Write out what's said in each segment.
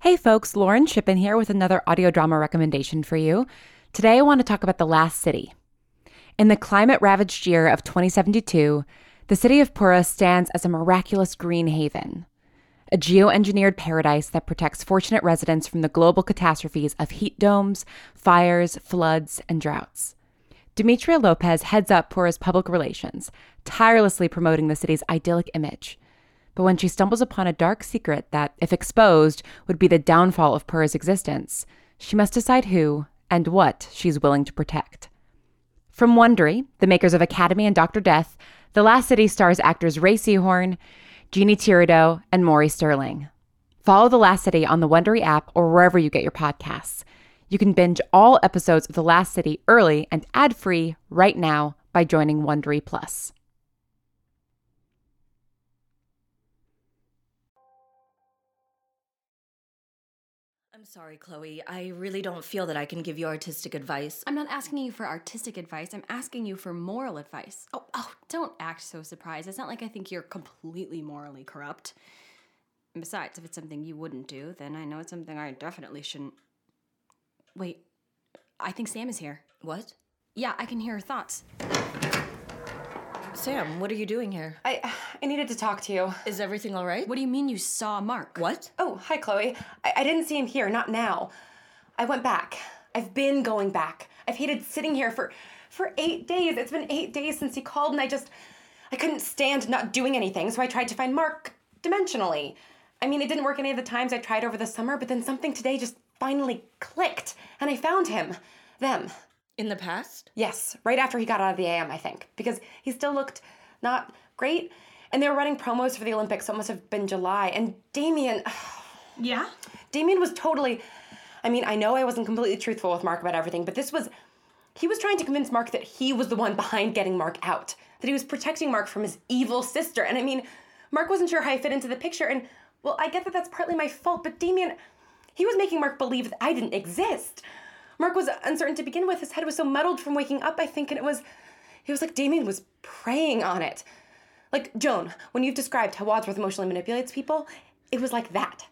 Hey folks, Lauren Shippen here with another audio drama recommendation for you. Today I want to talk about The Last City. In the climate ravaged year of 2072, the city of Pura stands as a miraculous green haven, a geoengineered paradise that protects fortunate residents from the global catastrophes of heat domes, fires, floods, and droughts. Demetria Lopez heads up Pura's public relations, tirelessly promoting the city's idyllic image. But when she stumbles upon a dark secret that, if exposed, would be the downfall of Pura's existence, she must decide who and what she's willing to protect. From Wondery, the makers of Academy and Dr. Death, The Last City stars actors Ray Seahorn, Jeannie Tirado, and Maury Sterling. Follow The Last City on the Wondery app or wherever you get your podcasts. You can binge all episodes of The Last City early and ad-free right now by joining Wondery Plus. I'm sorry, Chloe. I really don't feel that I can give you artistic advice. I'm not asking you for artistic advice. I'm asking you for moral advice. Oh, oh, don't act so surprised. It's not like I think you're completely morally corrupt. And besides, if it's something you wouldn't do, then I know it's something I definitely shouldn't. Wait, I think Sam is here. What? Yeah, I can hear her thoughts. Sam, what are you doing here? I I needed to talk to you. Is everything all right? What do you mean you saw Mark? What? Oh, hi, Chloe. I, I didn't see him here, not now. I went back. I've been going back. I've hated sitting here for for eight days. It's been eight days since he called, and I just I couldn't stand not doing anything, so I tried to find Mark dimensionally. I mean, it didn't work any of the times I tried over the summer, but then something today just finally clicked, and I found him. Them. In the past? Yes, right after he got out of the AM, I think, because he still looked not great. And they were running promos for the Olympics, so it must have been July. And Damien, Yeah? Damien was totally. I mean, I know I wasn't completely truthful with Mark about everything, but this was. He was trying to convince Mark that he was the one behind getting Mark out, that he was protecting Mark from his evil sister. And I mean, Mark wasn't sure how I fit into the picture, and well, I get that that's partly my fault, but Damien. He was making Mark believe that I didn't exist. Mark was uncertain to begin with. His head was so muddled from waking up, I think, and it was. It was like Damien was preying on it. Like, Joan, when you've described how Wadsworth emotionally manipulates people, it was like that.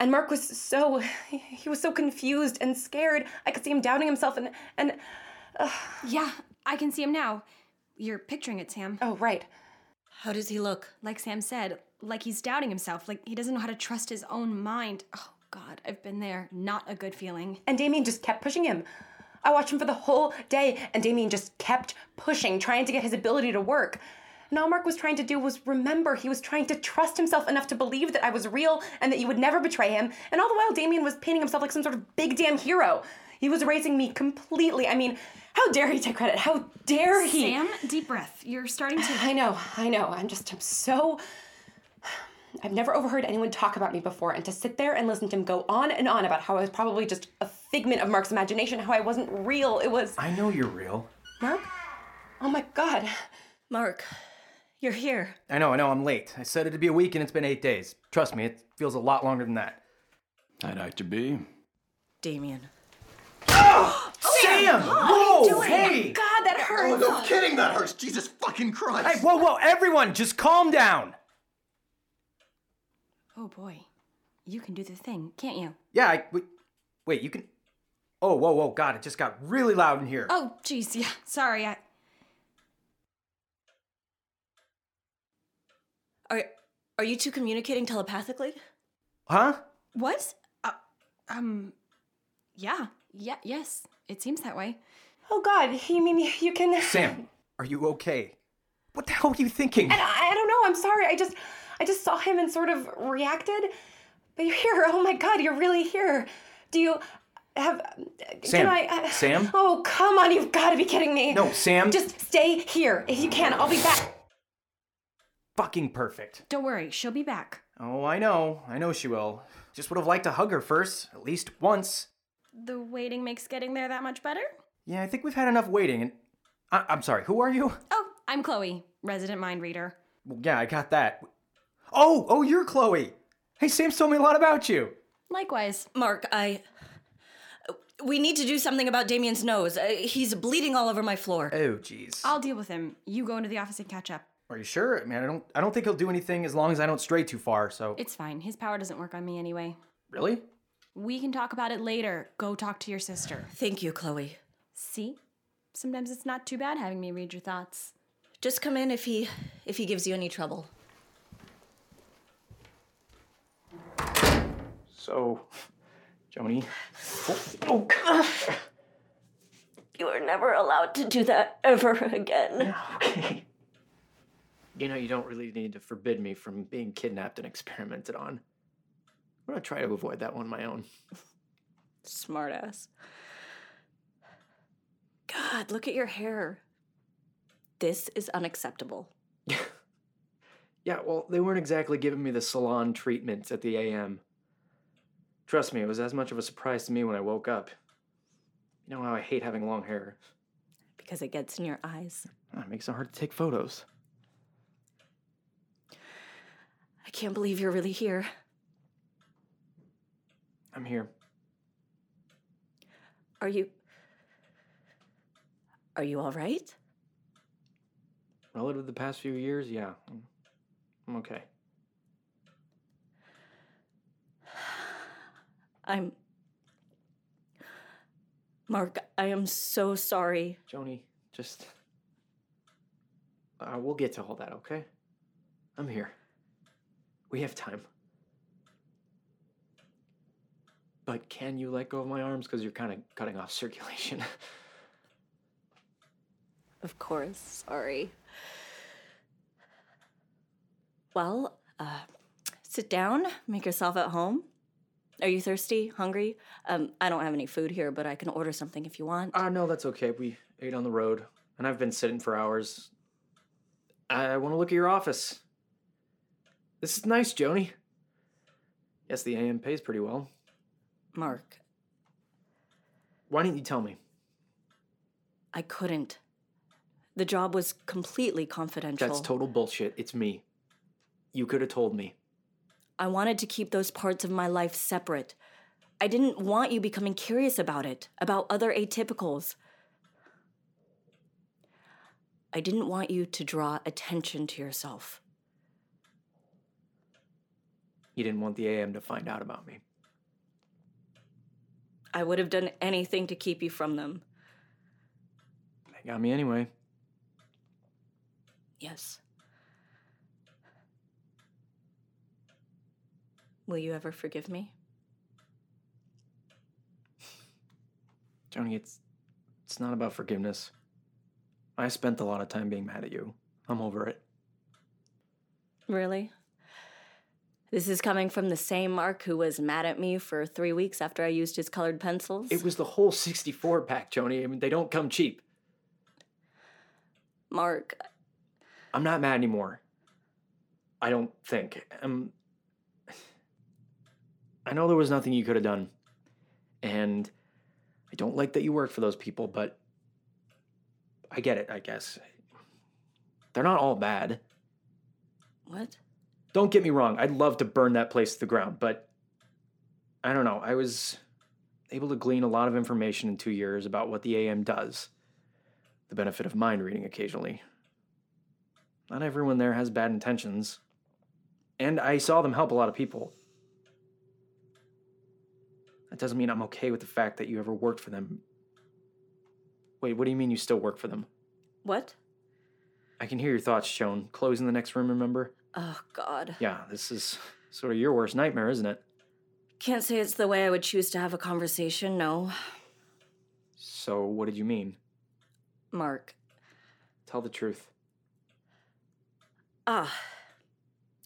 And Mark was so. He was so confused and scared. I could see him doubting himself and. and Yeah, I can see him now. You're picturing it, Sam. oh, right. How does he look? Like Sam said, like he's doubting himself, like he doesn't know how to trust his own mind. Oh, God, I've been there. Not a good feeling. And Damien just kept pushing him. I watched him for the whole day, and Damien just kept pushing, trying to get his ability to work. And all Mark was trying to do was remember he was trying to trust himself enough to believe that I was real and that you would never betray him. And all the while, Damien was painting himself like some sort of big damn hero. He was erasing me completely. I mean, how dare he take credit? How dare he? Sam, deep breath. You're starting to. I know, I know. I'm just, I'm so. I've never overheard anyone talk about me before, and to sit there and listen to him go on and on about how I was probably just a figment of Mark's imagination, how I wasn't real, it was. I know you're real. Mark? Oh my god. Mark, you're here. I know, I know, I'm late. I said it'd be a week and it's been eight days. Trust me, it feels a lot longer than that. I'd like to be. Damien. Oh, Sam! Whoa! Hey! God, that hurt! no kidding, that hurts! Jesus fucking Oh Christ! Hey, whoa, whoa, everyone, just calm down! Oh boy. You can do the thing, can't you? Yeah, I. Wait, wait, you can. Oh, whoa, whoa, God, it just got really loud in here. Oh, jeez, yeah. Sorry, I. Are are you two communicating telepathically? Huh? What? Uh, um. Yeah. Yeah, yes. It seems that way. Oh god, you mean you can. Sam, are you okay? What the hell were you thinking? And I, I don't know, I'm sorry, I just. I just saw him and sort of reacted. But you're here, oh my god, you're really here. Do you have. Can Sam, I. Sam? Oh, come on, you've gotta be kidding me. No, Sam. Just stay here. If you can, I'll be back. Fucking perfect. Don't worry, she'll be back. Oh, I know, I know she will. Just would have liked to hug her first, at least once. The waiting makes getting there that much better? Yeah, I think we've had enough waiting. And I- I'm sorry, who are you? Oh, I'm Chloe, resident mind reader. Well, yeah, I got that. Oh, oh, you're Chloe. Hey, Sam's told me a lot about you. Likewise. Mark, I we need to do something about Damien's nose. Uh, he's bleeding all over my floor. Oh, jeez. I'll deal with him. You go into the office and catch up. Are you sure? I mean, I don't, I don't think he'll do anything as long as I don't stray too far. So, It's fine. His power doesn't work on me anyway. really? We can talk about it later. Go talk to your sister. Thank you, Chloe. See? Sometimes it's not too bad having me read your thoughts. Just come in if he if he gives you any trouble. So, Joni, Oh, You are never allowed to do that ever again. okay. You know, you don't really need to forbid me from being kidnapped and experimented on. I'm gonna try to avoid that one on my own. Smartass. God, look at your hair. This is unacceptable. Yeah, well, they weren't exactly giving me the salon treatment at the AM. Trust me, it was as much of a surprise to me when I woke up. You know how I hate having long hair. Because it gets in your eyes. Ah, It makes it hard to take photos. I can't believe you're really here. I'm here. Are you. Are you all right? Relative to the past few years, yeah. I'm- I'm okay. I'm. Mark, I am so sorry. Joni, just. Uh, we'll get to all that, okay? I'm here. We have time. But can you let go of my arms? Because you're kind of cutting off circulation. Of course, sorry. Well, uh, sit down, make yourself at home. Are you thirsty? Hungry? Um, I don't have any food here, but I can order something if you want. Ah, no, that's okay. We ate on the road, and I've been sitting for hours. I want to look at your office. This is nice, Joni. Yes, the AM pays pretty well. Mark, Why didn't you tell me? I couldn't. The job was completely confidential. That's total bullshit. It's me. You could have told me. I wanted to keep those parts of my life separate. I didn't want you becoming curious about it, about other atypicals. I didn't want you to draw attention to yourself. You didn't want the AM to find out about me. I would have done anything to keep you from them. They got me anyway. Yes. Will you ever forgive me? Joni, it's it's not about forgiveness. I spent a lot of time being mad at you. I'm over it. Really? This is coming from the same Mark who was mad at me for three weeks after I used his colored pencils. It was the whole 64 pack, Joni. I mean, they don't come cheap. Mark, I'm not mad anymore. I don't think. Um, I know there was nothing you could have done. And I don't like that you work for those people, but I get it, I guess. They're not all bad. what? Don't get me wrong, I'd love to burn that place to the ground, but I don't know. I was able to glean a lot of information in two years about what the AM does, the benefit of mind reading occasionally. Not everyone there has bad intentions, and I saw them help a lot of people. That doesn't mean I'm okay with the fact that you ever worked for them. Wait, what do you mean you still work for them? What? I can hear your thoughts, Joan. Chloe's in the next room, remember? Oh, God. Yeah, this is sort of your worst nightmare, isn't it? Can't say it's the way I would choose to have a conversation, no. So, what did you mean? Mark. Tell the truth. Ah.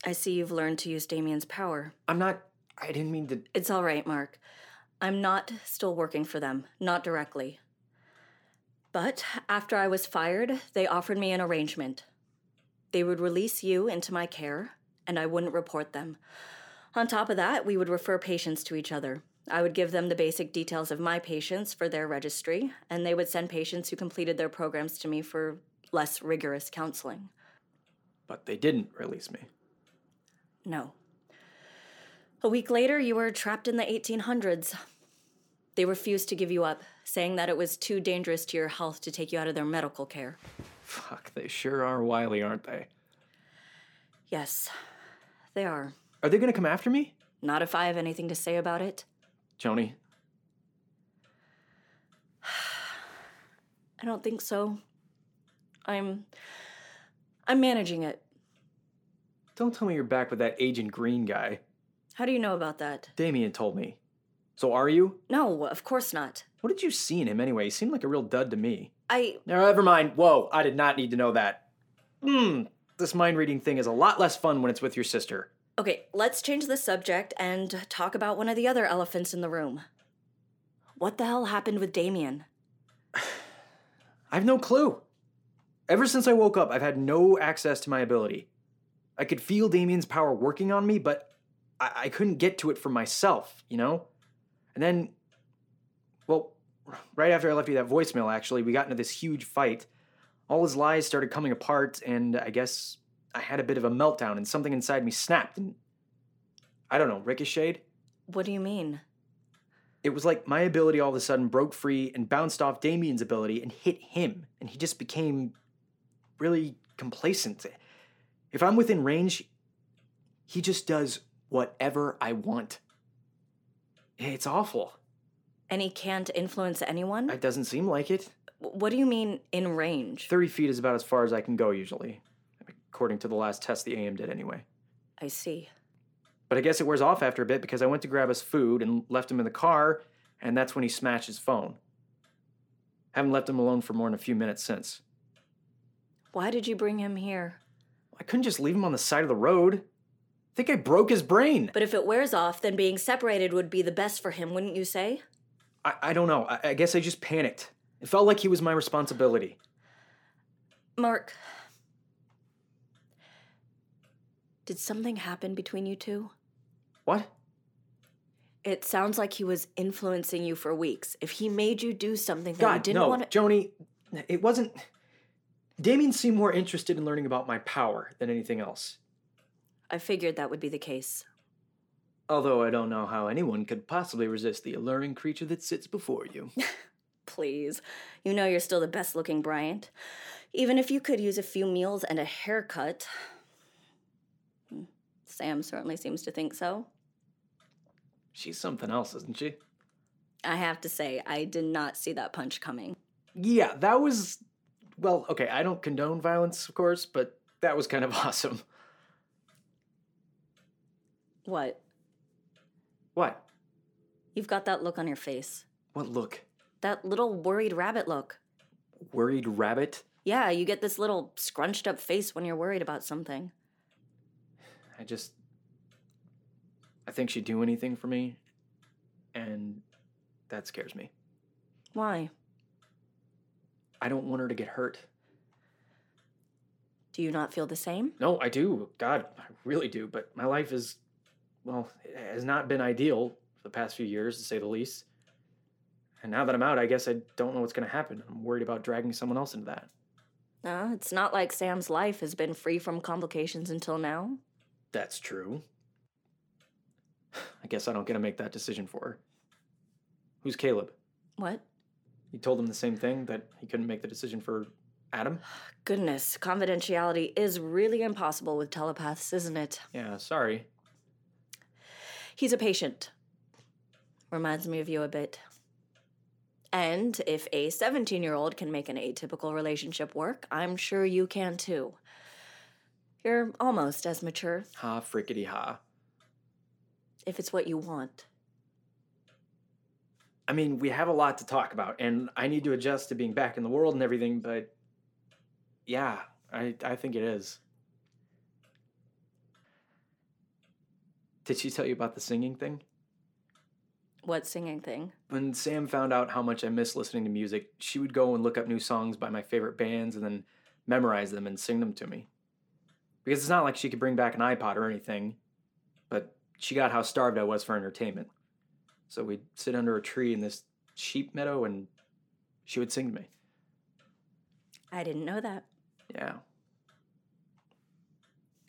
I see you've learned to use Damien's power. I'm not. I didn't mean to. It's all right, Mark. I'm not still working for them, not directly. But after I was fired, they offered me an arrangement. They would release you into my care, and I wouldn't report them. On top of that, we would refer patients to each other. I would give them the basic details of my patients for their registry, and they would send patients who completed their programs to me for less rigorous counseling. But they didn't release me. No. A week later, you were trapped in the 1800s. They refused to give you up, saying that it was too dangerous to your health to take you out of their medical care. Fuck, they sure are wily, aren't they? Yes, they are. Are they gonna come after me? Not if I have anything to say about it. Joni? I don't think so. I'm. I'm managing it. Don't tell me you're back with that Agent Green guy. How do you know about that? Damien told me. So are you? No, of course not. What did you see in him anyway? He seemed like a real dud to me. I. Never mind. Whoa, I did not need to know that. Hmm, this mind reading thing is a lot less fun when it's with your sister. Okay, let's change the subject and talk about one of the other elephants in the room. What the hell happened with Damien? I have no clue. Ever since I woke up, I've had no access to my ability. I could feel Damien's power working on me, but I, I couldn't get to it for myself, you know? And then, well, right after I left you that voicemail, actually, we got into this huge fight. All his lies started coming apart, and I guess I had a bit of a meltdown, and something inside me snapped, and I don't know, ricocheted? What do you mean? It was like my ability all of a sudden broke free and bounced off Damien's ability and hit him, and he just became really complacent. If I'm within range, he just does whatever I want. It's awful. And he can't influence anyone? It doesn't seem like it. W- what do you mean in range? 30 feet is about as far as I can go usually, according to the last test the AM did anyway. I see. But I guess it wears off after a bit because I went to grab us food and left him in the car, and that's when he smashed his phone. Haven't left him alone for more than a few minutes since. Why did you bring him here? I couldn't just leave him on the side of the road. I think I broke his brain. But if it wears off, then being separated would be the best for him, wouldn't you say? I, I don't know. I, I guess I just panicked. It felt like he was my responsibility. Mark. Did something happen between you two? What? It sounds like he was influencing you for weeks. If he made you do something that you God, didn't no, want to. Joni, it wasn't. Damien seemed more interested in learning about my power than anything else. I figured that would be the case. Although I don't know how anyone could possibly resist the alluring creature that sits before you. Please. You know you're still the best looking Bryant. Even if you could use a few meals and a haircut. Hmm, Sam certainly seems to think so. She's something else, isn't she? I have to say, I did not see that punch coming. Yeah, that was. Well, okay, I don't condone violence, of course, but that was kind of awesome. What? What? You've got that look on your face. What look? That little worried rabbit look. Worried rabbit? Yeah, you get this little scrunched up face when you're worried about something. I just. I think she'd do anything for me, and that scares me. Why? I don't want her to get hurt. Do you not feel the same? No, I do. God, I really do. But my life is, well, it has not been ideal for the past few years, to say the least. And now that I'm out, I guess I don't know what's going to happen. I'm worried about dragging someone else into that. No, it's not like Sam's life has been free from complications until now. That's true. I guess I don't get to make that decision for her. Who's Caleb? What? You told him the same thing that he couldn't make the decision for Adam? Goodness, confidentiality is really impossible with telepaths, isn't it? Yeah, sorry. He's a patient. Reminds me of you a bit. And if a 17 year old can make an atypical relationship work, I'm sure you can too. You're almost as mature, Ha frickety ha. if it's what you want. I mean, we have a lot to talk about, and I need to adjust to being back in the world and everything, but yeah, I, I think it is. Did she tell you about the singing thing? What singing thing? When Sam found out how much I miss listening to music, she would go and look up new songs by my favorite bands and then memorize them and sing them to me. Because it's not like she could bring back an iPod or anything, but she got how starved I was for entertainment. So we'd sit under a tree in this sheep meadow and she would sing to me. I didn't know that. Yeah.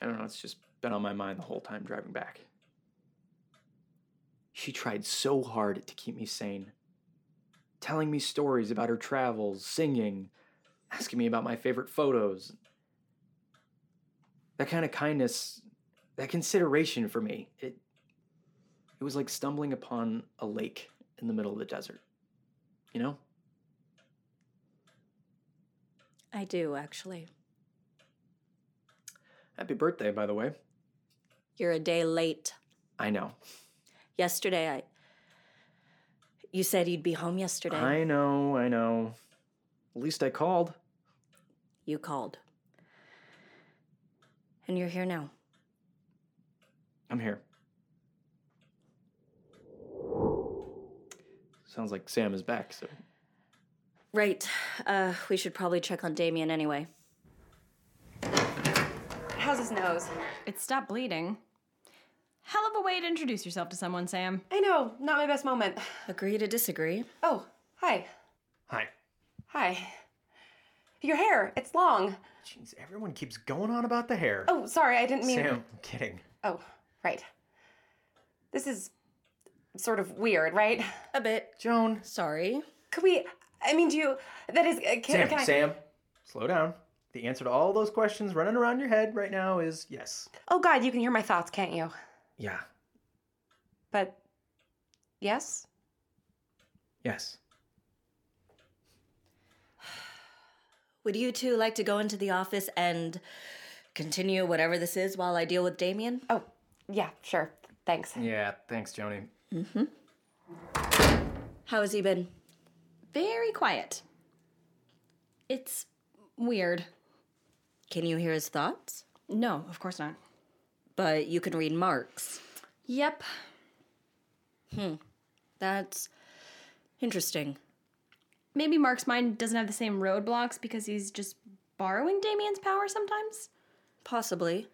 I don't know, it's just been on my mind the whole time driving back. She tried so hard to keep me sane, telling me stories about her travels, singing, asking me about my favorite photos. That kind of kindness, that consideration for me, it It was like stumbling upon a lake in the middle of the desert. You know? I do, actually. Happy birthday, by the way. You're a day late. I know. Yesterday, I. You said you'd be home yesterday. I know, I know. At least I called. You called. And you're here now. I'm here. Sounds like Sam is back, so Right. Uh, we should probably check on Damien anyway. How's his nose? It stopped bleeding. Hell of a way to introduce yourself to someone, Sam. I know, not my best moment. Agree to disagree. Oh, hi. Hi. Hi. Your hair, it's long. Jeez, everyone keeps going on about the hair. Oh, sorry, I didn't mean. Sam, I'm kidding. Oh, right. This is sort of weird, right? A bit. Joan. Sorry. Could we? I mean, do you? That is. Uh, can, Sam, can I? Sam, slow down. The answer to all those questions running around your head right now is yes. Oh God, you can hear my thoughts, can't you? Yeah. But yes. Yes. Would you two like to go into the office and continue whatever this is while I deal with Damien? Oh, yeah, sure. Thanks. Yeah, thanks, Joni. How has he been? Very quiet. It's weird. Can you hear his thoughts? No, of course not. But you can read Mark's. Yep. That's interesting. Maybe Mark's mind doesn't have the same roadblocks because he's just borrowing Damien's power sometimes? Possibly.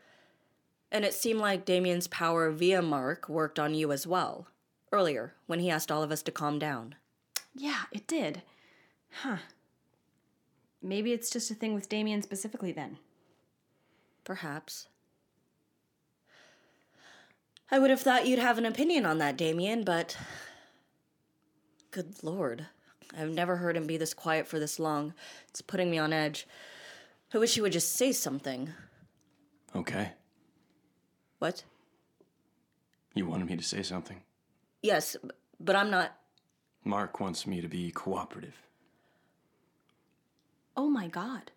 And it seemed like Damien's power via Mark worked on you as well, earlier, when he asked all of us to calm down. Yeah, it did. Huh. Maybe it's just a thing with Damien specifically then. Perhaps. I would have thought you'd have an opinion on that, Damien, but. Good lord. I've never heard him be this quiet for this long. It's putting me on edge. I wish he would just say something. Okay. What? You wanted me to say something. Yes, b- but I'm not. Mark wants me to be cooperative. Oh my god.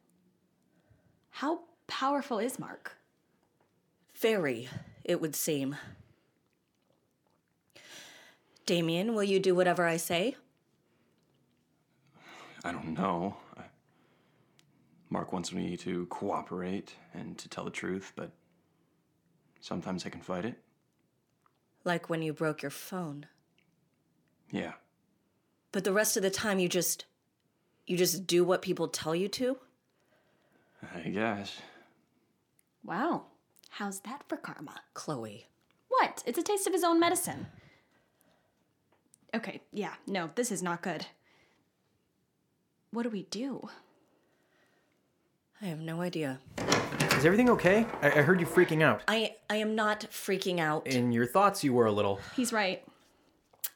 How powerful is Mark? Very, it would seem. Damien, will you do whatever I say? I don't know. I- Mark wants me to cooperate and to tell the truth, but sometimes I can fight it. Like when you broke your phone. Yeah. But the rest of the time, you just. You just do what people tell you to? I guess. Wow. How's that for karma? Chloe. What? It's a taste of his own medicine. Okay, yeah, no, this is not good. What do we do? I have no idea. Is everything okay? I, I heard you freaking out. I I am not freaking out. Eh. In your thoughts, you were a little. He's right.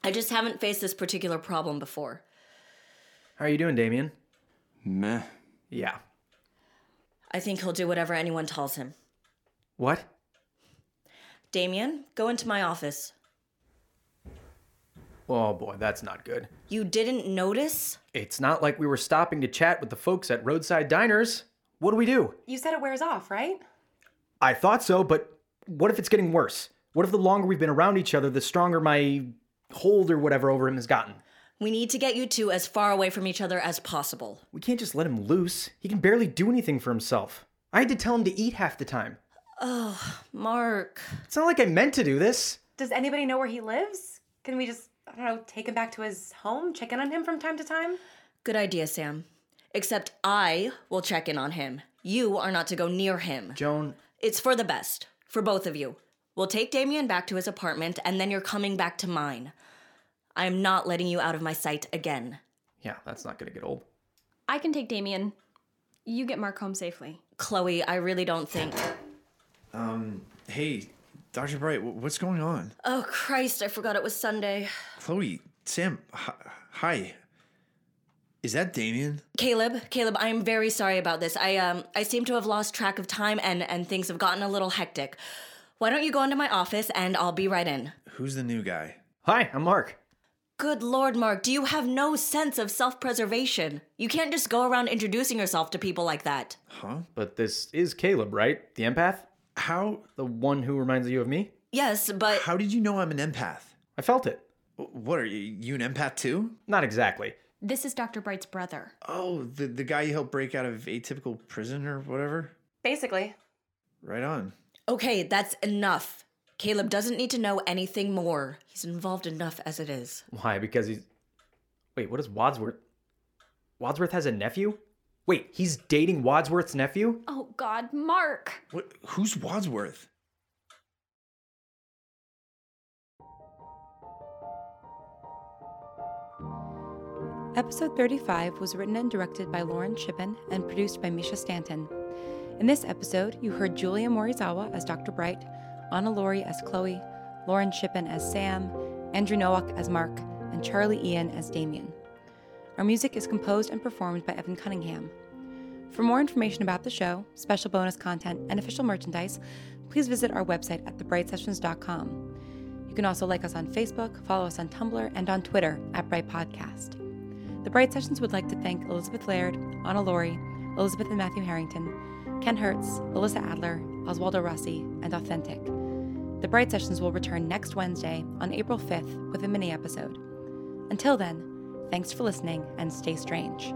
I just haven't faced this particular problem before. How are you doing, Damien? Meh. Yeah. I think he'll do whatever anyone tells him. What? Damien, go into my office. Oh boy, that's not good. You didn't notice? It's not like we were stopping to chat with the folks at roadside diners. What do we do? You said it wears off, right? I thought so, but what if it's getting worse? What if the longer we've been around each other, the stronger my hold or whatever over him has gotten? We need to get you two as far away from each other as possible. We can't just let him loose. He can barely do anything for himself. I had to tell him to eat half the time. Oh, Mark, It's not like I meant to do this. Does anybody know where he lives? Can we just, I don't know, take him back to his home, check in on him from time to time? good idea, Sam. Except I will check in on him. You are not to go near him. Joan, It's for the best, for both of you. We'll take Damien back to his apartment, and then you're coming back to mine. I am not letting you out of my sight again. yeah, that's not gonna get old. I can take Damien. You get Mark home safely. Chloe, I really don't think. Hey, Dr. Bright, wh- what's going on? Oh, Christ, I forgot it was Sunday. Chloe, Sam, hi. hi. Is that Damien? Caleb, Caleb, I am very sorry about this. I um I seem to have lost track of time and and things have gotten a little hectic. Why don't you go into my office and I'll be right in? Who's the new guy? Hi, I'm Mark. Good lord, Mark, do you have no sense of self preservation? You can't just go around introducing yourself to people like that. Huh? But this is Caleb, right? The empath? How The one who reminds you of me? Yes, but how did you know I'm an empath? I felt it. What are you? You an empath too? Not exactly. This is Dr. Bright's brother. Oh, the the guy you helped break out of atypical prison or whatever. Basically, Right on. okay, that's enough. Caleb doesn't need to know anything more. He's involved enough as it is. Why? Because he's. Wait, what is Wadsworth? Wadsworth has a nephew? Wait, he's dating Wadsworth's nephew? Oh, God, Mark! What? Who's Wadsworth? Episode 35 was written and directed by Lauren Shippen and produced by Misha Stanton. In this episode, you heard Julia Morizawa as Dr. Bright, Anna Laurie as Chloe, Lauren Shippen as Sam, Andrew Nowak as Mark, and Charlie Ian as Damien. Our music is composed and performed by Evan Cunningham. For more information about the show, special bonus content, and official merchandise, please visit our website at thebrightsessions.com. You can also like us on Facebook, follow us on Tumblr, and on Twitter at Bright Podcast. The Bright Sessions would like to thank Elizabeth Laird, Anna Laurie, Elizabeth and Matthew Harrington, Ken Hertz, Alyssa Adler, Oswaldo Rossi, and Authentic. The Bright Sessions will return next Wednesday on April 5th with a mini episode. Until then, thanks for listening and stay strange.